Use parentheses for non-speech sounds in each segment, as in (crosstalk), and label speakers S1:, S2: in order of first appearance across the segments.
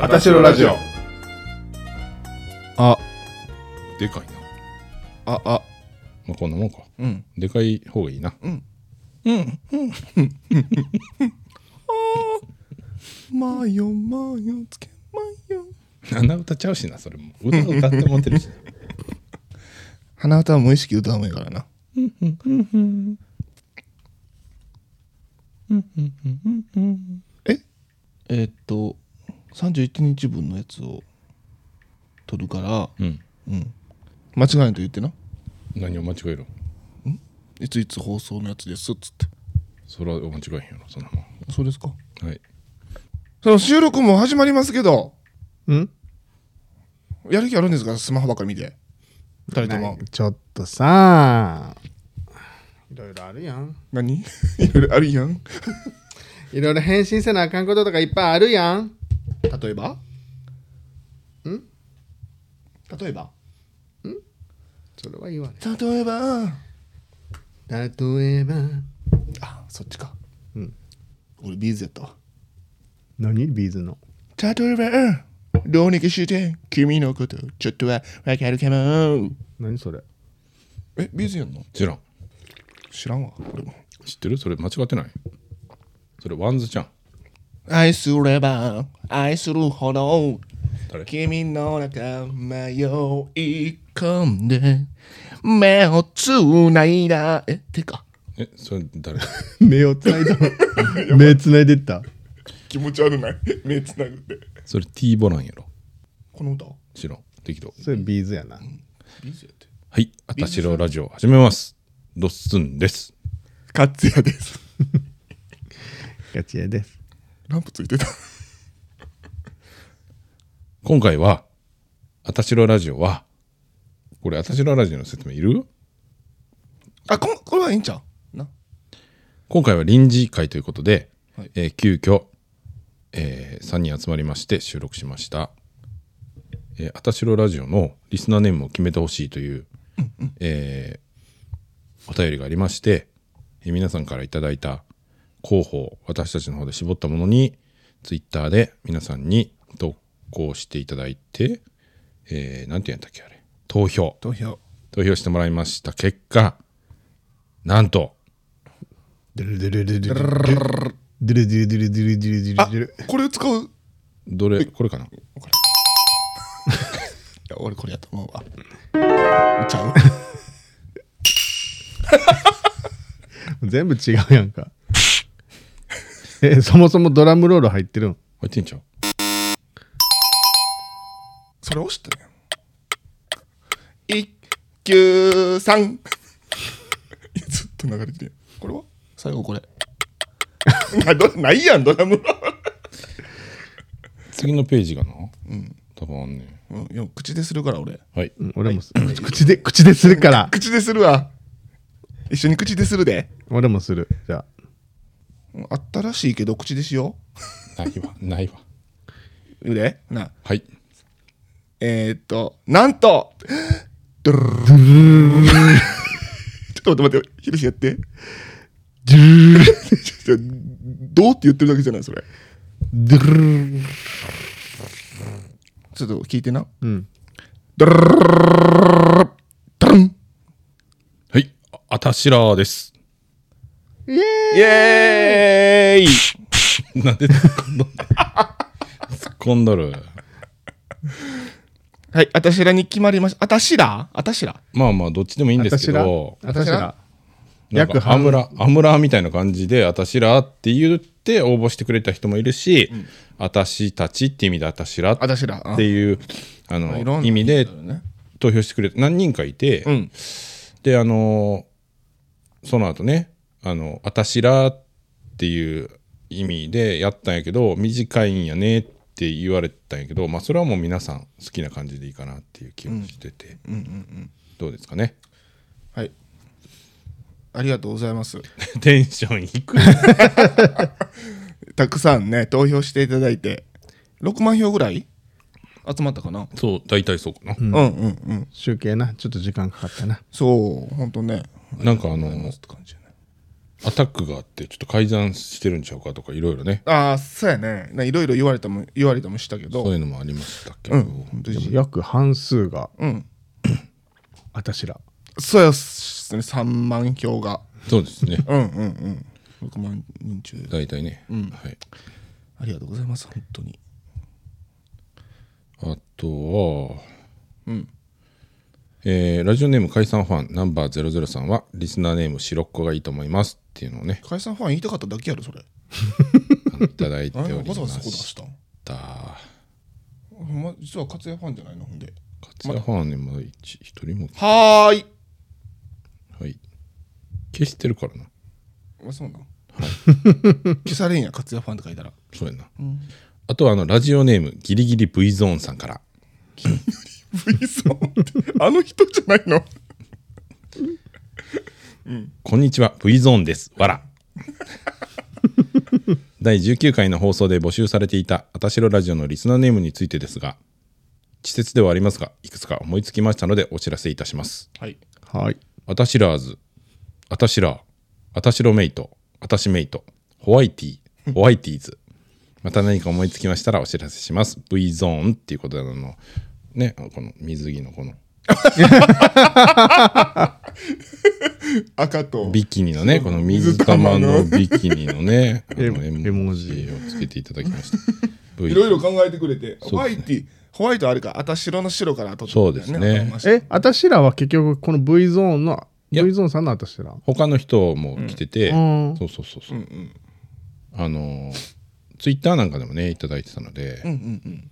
S1: あたしろラジオ。
S2: あ、
S1: でかいな。
S2: あ、あ、
S1: まあ、こんなもんか。
S2: うん。
S1: でかい方がいいな。
S2: まよまよつけまよ。
S1: 鼻歌ちゃうしな、それも。歌歌って持って (laughs) るし。
S2: 鼻歌は無意識で歌うもんやからな。ええーっと、31日分のやつを取るから、
S1: うん。
S2: 間違いないと言ってな。
S1: 何を間違えろ。
S2: いついつ放送のやつですっつって。
S1: それは間違えへんやろ、そんなもん。
S2: そうですか。
S1: はい。
S2: その収録も始まりますけど、
S3: ん
S2: やる気あるんですかスマホばっかり見て。二人とも。
S3: ちょっとさいろいろあるやん
S2: 何 (laughs) いろいろあるやん。
S3: いろいろ返信せなあかんこととかいっぱいあるやん例えばん例えばんそれは言わね
S2: 例えば、
S3: 例えば
S2: あ、そっちか。
S3: うん。
S2: 俺ビーズやったわ。
S3: 何ビーズの
S2: 例えば、どうにかして君のことちょっとはわかるかも。
S3: 何それ
S2: え、ビーズやんの
S1: 知らん。
S2: 知らんわ、俺も。
S1: 知ってるそれ間違ってない。それ、ワンズちゃん。
S2: 愛すれば愛するほど
S1: 誰
S2: 君の中迷い込んで目をつないだえてか
S1: え、それ誰 (laughs)
S3: 目をつないだ目つないでった
S2: 気持ち悪ない (laughs) 目つなぐって
S1: それ T ボランやろ。
S2: この歌は
S1: 知らん。適当。
S3: それビーズやな
S2: ビーズやって
S1: はい。あたしろラジオ始めます。ドッスンです。
S2: カツヤです
S3: ガチやです
S2: ランプついてた
S1: 今回は、あたしろラジオは、これ、あたしろラジオの説明いる
S2: あここれはいいんちゃうな
S1: 今回は臨時会ということで、
S2: はい
S1: えー急遽、え3人集まりまして収録しました。えー、あたしろラジオのリスナーネームを決めてほしいという、えーお便りがありまして、えー皆さんからいただいた候補を私たちの方で絞ったものに、ツイッターで皆さんに投稿していただいて、えー、なんて言うんだっけあれ、投票。
S2: 投票
S1: 投票してもらいました結果、なんと、
S3: ドゥルドゥルドゥルドゥルドゥルドゥルドゥルドゥルドゥルドゥルド
S2: あ
S3: ゥル
S2: これ使うい
S1: どれ、これかな
S2: や俺これやと思うわちゃう
S3: 全部違うやんかえそもそもドラムロール入ってるん
S1: 入ってんちゃう
S2: (laughs) それ押したね一九 (laughs) 三ずっと流れてるやんこれは最後これ (laughs) などないやんドラムは、
S1: 次のページがな、多分あんね
S2: うん、いや口でするから俺
S1: んはい、
S3: うん俺もす、口で口でするから
S2: 口でするわ一緒に口でするで
S3: 俺もするじゃあ
S2: うんあったらしいけど口でしよ
S1: ないわ (laughs) ないわ
S2: う言うでな
S1: はい
S2: えー、っとなんとドゥルルルルルルルちょっと待って待ってひろしやって
S3: ドゥルルル
S2: ちょっとどうって言ってるだけじゃないそれ
S3: ドゥルルルル
S2: ちょっと聞いてな
S3: うん
S2: ドゥルン
S1: はいああたしらーです (laughs)
S3: イエ
S2: イエーイ
S1: なんで突っ込んどんねん (laughs) 突っ込んどる
S2: はい、あたしらに決まりました。あたしらあたしら
S1: まあまあどっちでもいいん
S3: ーイ
S1: ですけど
S3: 私ら
S1: なんか
S3: 約
S1: ア
S3: 半
S1: ムラアムラみたいな感じで「あたしら」って言って応募してくれた人もいるし「あたしたち」って意味で「あたしら」っ
S2: あたしらあ
S1: ていうあ
S2: いろん
S1: の
S2: な
S1: 意味で
S2: ね。
S1: 投票してくれた何人かいて、
S2: うん。
S1: であのーその後ね「あのあたしら」っていう意味でやったんやけど短いんやねって言われたんやけど、まあ、それはもう皆さん好きな感じでいいかなっていう気がしてて、どうですかね (laughs)
S2: はい。ありがとうございます。
S1: テンション低い
S2: たくさんね、投票していただいて、6万票ぐらい集まったかな。
S1: (laughs) そう大体そうかな、
S2: うん、うん、うん。
S3: 集計なちょっと時間かかったな
S2: そう、ほんとね。
S1: なんかあの
S2: ありがとうございますって感じやね
S1: アタックがあってちょっと改ざんしてるんちゃうかとかいろいろね
S2: ああ、そうやね。ないろいろ言われたも、言われたもしたけ
S1: そ
S2: ど。
S1: ういうのもありましたけど、
S2: うん、本当
S3: でも
S2: に。
S3: 約半数が
S2: うん。
S3: 私ら
S2: そうやっすね、3万票が。
S1: そうですね
S2: うんうんうん。6万人中。
S1: 大体ね、はい、
S2: ありがとうございます、本当に。
S1: あとは、
S2: うん
S1: えーラジオネーム解散ファンナンバー00さんはリスナーネーム白っ子がいいと思いますっていうのを
S2: (laughs)
S1: ね
S2: 解散ファン言いたかっただけやろ、それ。
S1: あのいただいて
S2: あ
S1: お
S2: れわ
S1: りま
S2: ざわざそこ出
S1: し
S2: したん
S1: た
S2: ほんま、実は勝也ファンじゃないの、ほんで。
S1: 勝也ファンねまだ一一人も
S2: はーい。
S1: はい消してるからな
S2: あ、そうなん。 (laughs) 消されんや、勝也ファンって書いたら。
S1: そうやな、あとはあのラジオネームギリギリ V ゾーンさんから
S2: (laughs) V さんって、あの人じゃないの。
S1: こんにちは、V ゾーンです。わら。第19回の放送で募集されていた、あたしろラジオのリスナーネームについてですが、稚拙ではありますが、いくつか思いつきましたのでお知らせいたします。
S2: はい。
S3: はい
S1: あたしらーず、あたしらー、あたしろメイト、あたしメイト、ホワイティー、ホワイティーズ。また何か思いつきましたらお知らせします。V ゾーンっていうことで、あの、ね、この水着のこの、
S2: 赤と。
S1: ビキニのね、この水
S2: 水
S1: 玉
S2: 玉
S1: の
S2: の
S1: ビキニのね、あの絵
S3: え (laughs) 絵
S1: 文
S3: 文
S1: 字
S3: 字
S1: をつけていただきま
S3: (laughs)
S1: した。
S2: いろい
S1: V
S2: ろ考えてくれて、ホワイト、ホワイトあれか、あた白の白から取って
S1: そうですね
S3: え私らは結局この V ゾーンの
S1: いや
S3: V ゾーンさんの私ら
S1: 他の人も来てて、
S3: うん
S1: そうそうそうそうう、
S2: んうん
S1: あの、ツイッターなんかでもね、いただいてたので、
S2: うんうんうん。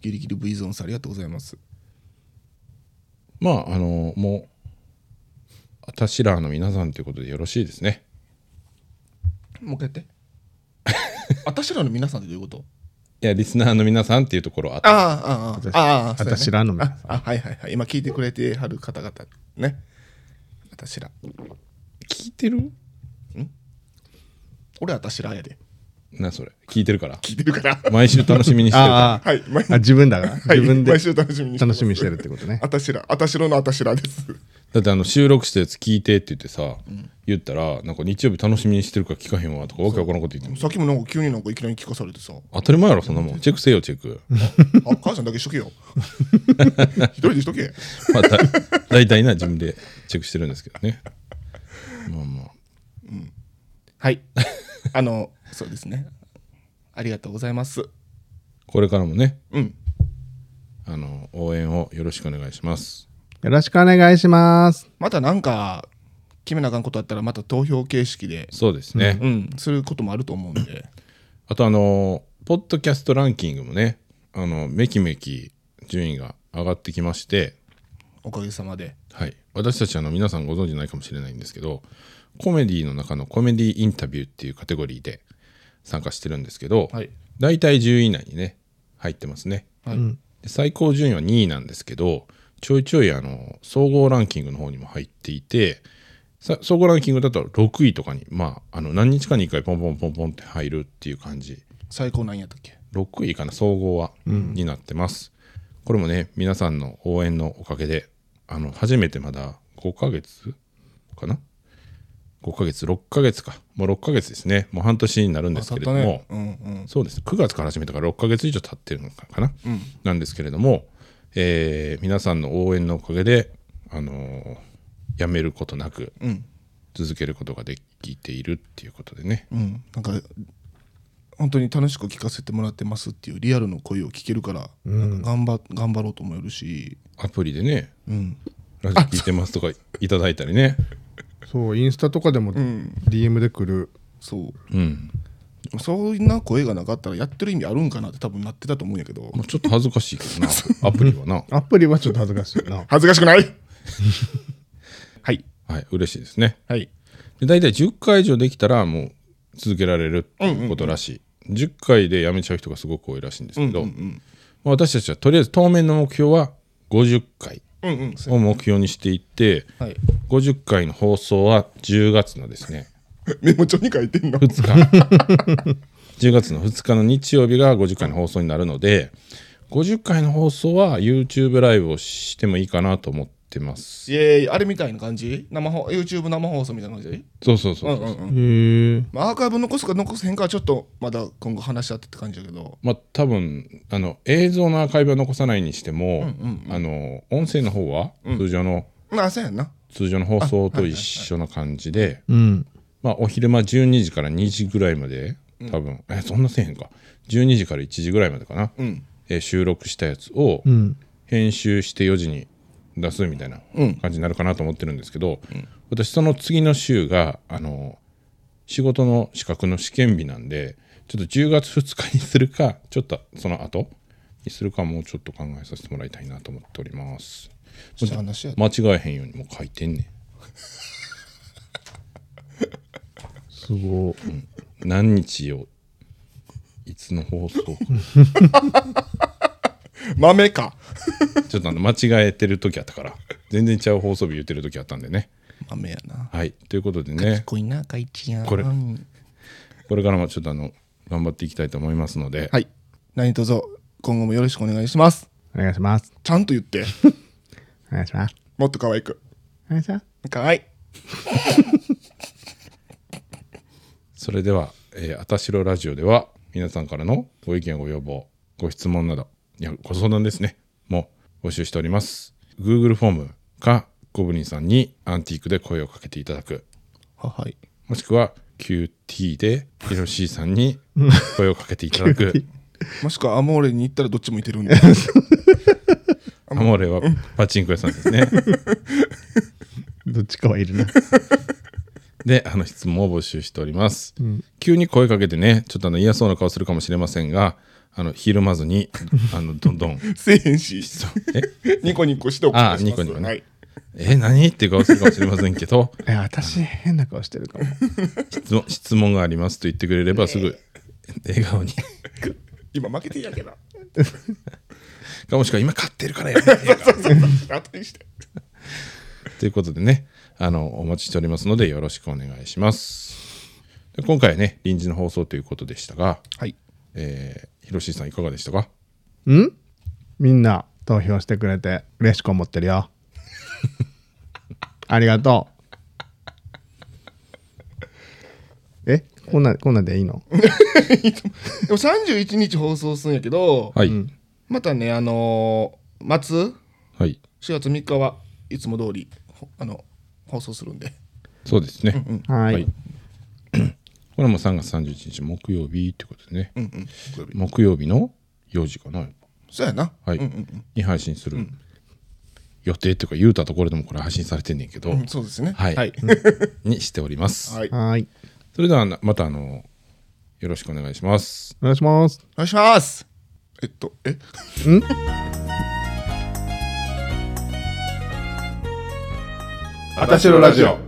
S2: ギリギリ V ゾーンさんありがとうございます。
S1: まあ、あの、もう、あたしらの皆さんということでよろしいですね。
S2: もう一回や (laughs) って。あたしらの皆さんってどういうこと
S1: いや、リスナーの皆さんっていうところあっ
S2: あ
S1: た。
S2: あ、ああ、ああ、そうやね
S3: 私らの皆さん
S2: あ、あはいはいはい。今聞いてくれてはる方々ね。あたしら。
S1: 聞いてる
S2: 俺あたしらやで。
S1: な、それ。聞いてるから。
S2: 聞いてる
S3: (laughs)
S2: から。
S1: 毎週楽しみにしてるから。
S3: ああ
S2: はい。毎
S3: あ自分だが
S2: はい
S3: 自分で
S2: 毎週楽しみにしてま
S3: 楽
S2: す
S3: しみにしてるってことね
S2: あたしら、あたしろのあたしらです。
S1: だってあの収録したやつ聞いてって言ってさ、言ったらなんか日曜日楽しみにしてるから聞かへんわとかわけわからんこと言っても
S2: さっきもなんか急になんかいきなり聞かされてさ。
S1: 当たり前やろそんなもんチェックせよチェック
S2: あ、母さんだけしとけ
S3: (laughs)
S2: よ。一人でしとけ。
S1: まあ
S2: (laughs)
S1: だ大体な自分でチェックしてるんですけどねまあまあ
S2: はい。 (laughs) あの、そうですね。ありがとうございます。
S1: これからもね
S2: うん。
S1: あの応援をよろしくお願いします
S3: よろしくお願いします
S2: またなんか、決めなあかんことあったら、また投票形式で、
S1: そうですね、
S2: うん、することもあると思うん
S1: (laughs)
S2: で。
S1: あとあのポッドキャストランキングもねあのめきめき順位が上がってきまして
S2: おかげさまで。
S1: はい、私たちあの皆さんご存知ないかもしれないんですけどコメディの中のコメディインタビューっていうカテゴリーで参加してるんですけど、
S2: はい。
S1: 大体10位以内にね入ってますね
S2: はい。
S1: で最高順位は2位なんですけどちょいちょいあの総合ランキングの方にも入っていてさ総合ランキングだと6位とかにまああの何日かに1回ポンポンポンポンって入るっていう感じ
S2: 最高なんやったっけ。
S1: 6位かな総合は、になってますこれもね皆さんの応援のおかげであの初めてまだ5ヶ月かな5ヶ月6ヶ月かもう6ヶ月ですねもう半年になるんですけれども、
S2: うんうん。
S1: そうです9月から始めたから6ヶ月以上経ってるのかな、なんですけれども、えー皆さんの応援のおかげで、あのーやめることなく
S2: うん。
S1: 続けることができているっていうことでね
S2: うん。なんか、本当に楽しく聞かせてもらってますっていうリアルの声を聞けるから、なんか頑張頑張ろうと思えるし、
S1: アプリでね
S2: うん。
S1: ラジオ聞いてますとかいただいたりね
S3: そうインスタとかでも DM で来る
S2: そう。
S1: うん
S2: そんな声がなかったらやってる意味あるんかなって多分なってたと思うんやけど
S1: まあ、ちょっと恥ずかしいけどな (laughs) アプリはな
S3: アプリはちょっと恥ずかしいな
S2: 恥ずかしくないはい
S1: はい嬉しいですね
S2: はい
S1: で大体10回以上できたらもう続けられるっていうことらしい、10回でやめちゃう人がすごく多いらしいんですけど、まあ私たちはとりあえず当面の目標は50回
S2: うんうんそ
S1: を目標にしていって
S2: うはい
S1: 50回の放送は10月のですね
S2: メモ帳に書いてんの
S1: 2日 (laughs) 10月の2日の日曜日が50回の放送になるので50回の放送は YouTube ライブをしてもいいかなと思ってってます。
S2: イエーイあれ (laughs) みたいな感じ生放 ?YouTube 生放送みたいな感じ
S1: そうそう
S2: う
S1: そ
S2: ん
S1: うそうう。
S2: んうん。
S3: へえ。
S2: まあ、アーカイブ残すか残せへんかはちょっとまだ今後話し合ってって感じだけど。
S1: まあ多分あの映像のアーカイブは残さないにしても、
S2: うん
S1: あの音声の方は通常の、
S2: まあ、そうやんな。
S1: 通常の放送と一緒の感じで、
S3: うん。
S1: まあお昼間12時から2時ぐらいまで多分、えそんなせえへんか12時から1時ぐらいまでかな、
S2: うん。
S1: えー収録したやつを
S3: うん。
S1: 編集して4時に出すみたいな
S2: うん
S1: 感じになるかなと思ってるんですけど、私その次の週があの仕事の資格の試験日なんでちょっと10月2日にするかちょっとその後にするかもうちょっと考えさせてもらいたいなと思っております
S2: そういう話や。
S1: 間違えへんようにもう書いてんね
S3: すごい。
S1: ん何日をいつの放送か
S2: 豆か。
S1: ちょっとあの間違えてる時あったから全然ちゃう放送日言ってる時あったんでね
S2: 豆やな。
S1: はいということでね
S2: こいな、かいちやん。
S1: これ
S2: うん
S1: これからもちょっとあの頑張っていきたいと思いますので、
S2: はい。何卒、今後もよろしくお願いします。
S3: お願いします。
S2: ちゃんと言 (laughs) って。
S3: お願いします。
S2: もっと可愛く。
S3: お願いします。
S2: かわいい。
S1: それでは、えー、あたしろラジオでは皆さんからのご意見ご要望ご質問などいやご相談ですねも募集しております Google フォームかゴブリンさんにアンティークで声をかけていただく
S2: ははい。
S1: もしくは QT でヒロシーさんに声をかけていただく
S2: もしくはアモーレに行ったらどっちもいてるんで。
S1: アモーレはパチンコ屋さんですね
S3: どっちかはいる
S2: (laughs)
S3: な。
S1: で、あの質問を募集しております。急に声かけてね、ちょっとあの嫌そうな顔するかもしれませんが、あの、ひるまず (laughs) に、あの、どんどん、
S2: (laughs) せえへんし。
S1: え、 (laughs)
S2: ニコニコしてお
S1: あ
S2: 願
S1: あ、
S2: いします
S1: ニコニコね。
S2: はい。
S1: え、何っていう顔するかもしれませんけど、
S3: え、私、変な顔してるかも。
S1: 質問質問がありますと言ってくれれば、すぐ、笑顔に。
S2: 今負けてんやけど。
S1: かもしくは、今買ってる (laughs) からやめてよ
S2: (laughs) 後にして。
S1: ということでね、あの、お待ちしておりますので、よろしくお願いします。で今回はね、臨時の放送ということでしたが、
S2: はい。
S1: えー、ひろしさんいかがでしたか
S3: んみんな投票してくれて嬉しく思ってるよ。ありがとう。えこんな、こんなんでいいの
S2: でも31日放送するんやけど、
S1: はい。
S2: またね、あのー、松
S1: はい。
S2: 4月3日はいつも通りほあの放送するんで
S1: そうですね。
S3: は
S1: はい
S3: い。
S1: これも3月31日木曜日ってことでね、
S2: うんうん木曜日
S1: 木曜日の4時かな、
S2: そうやな
S1: はいに配信する予定というか言うたところでもこれ配信されてんねんけど、
S2: うんそうですね
S1: はい
S2: はい、
S1: にしております、
S2: はいお
S3: はい。よ
S1: それではまたあのよろしくお願いします
S3: 願いします。
S2: 願いしますえっとえ
S1: あたしろラジオ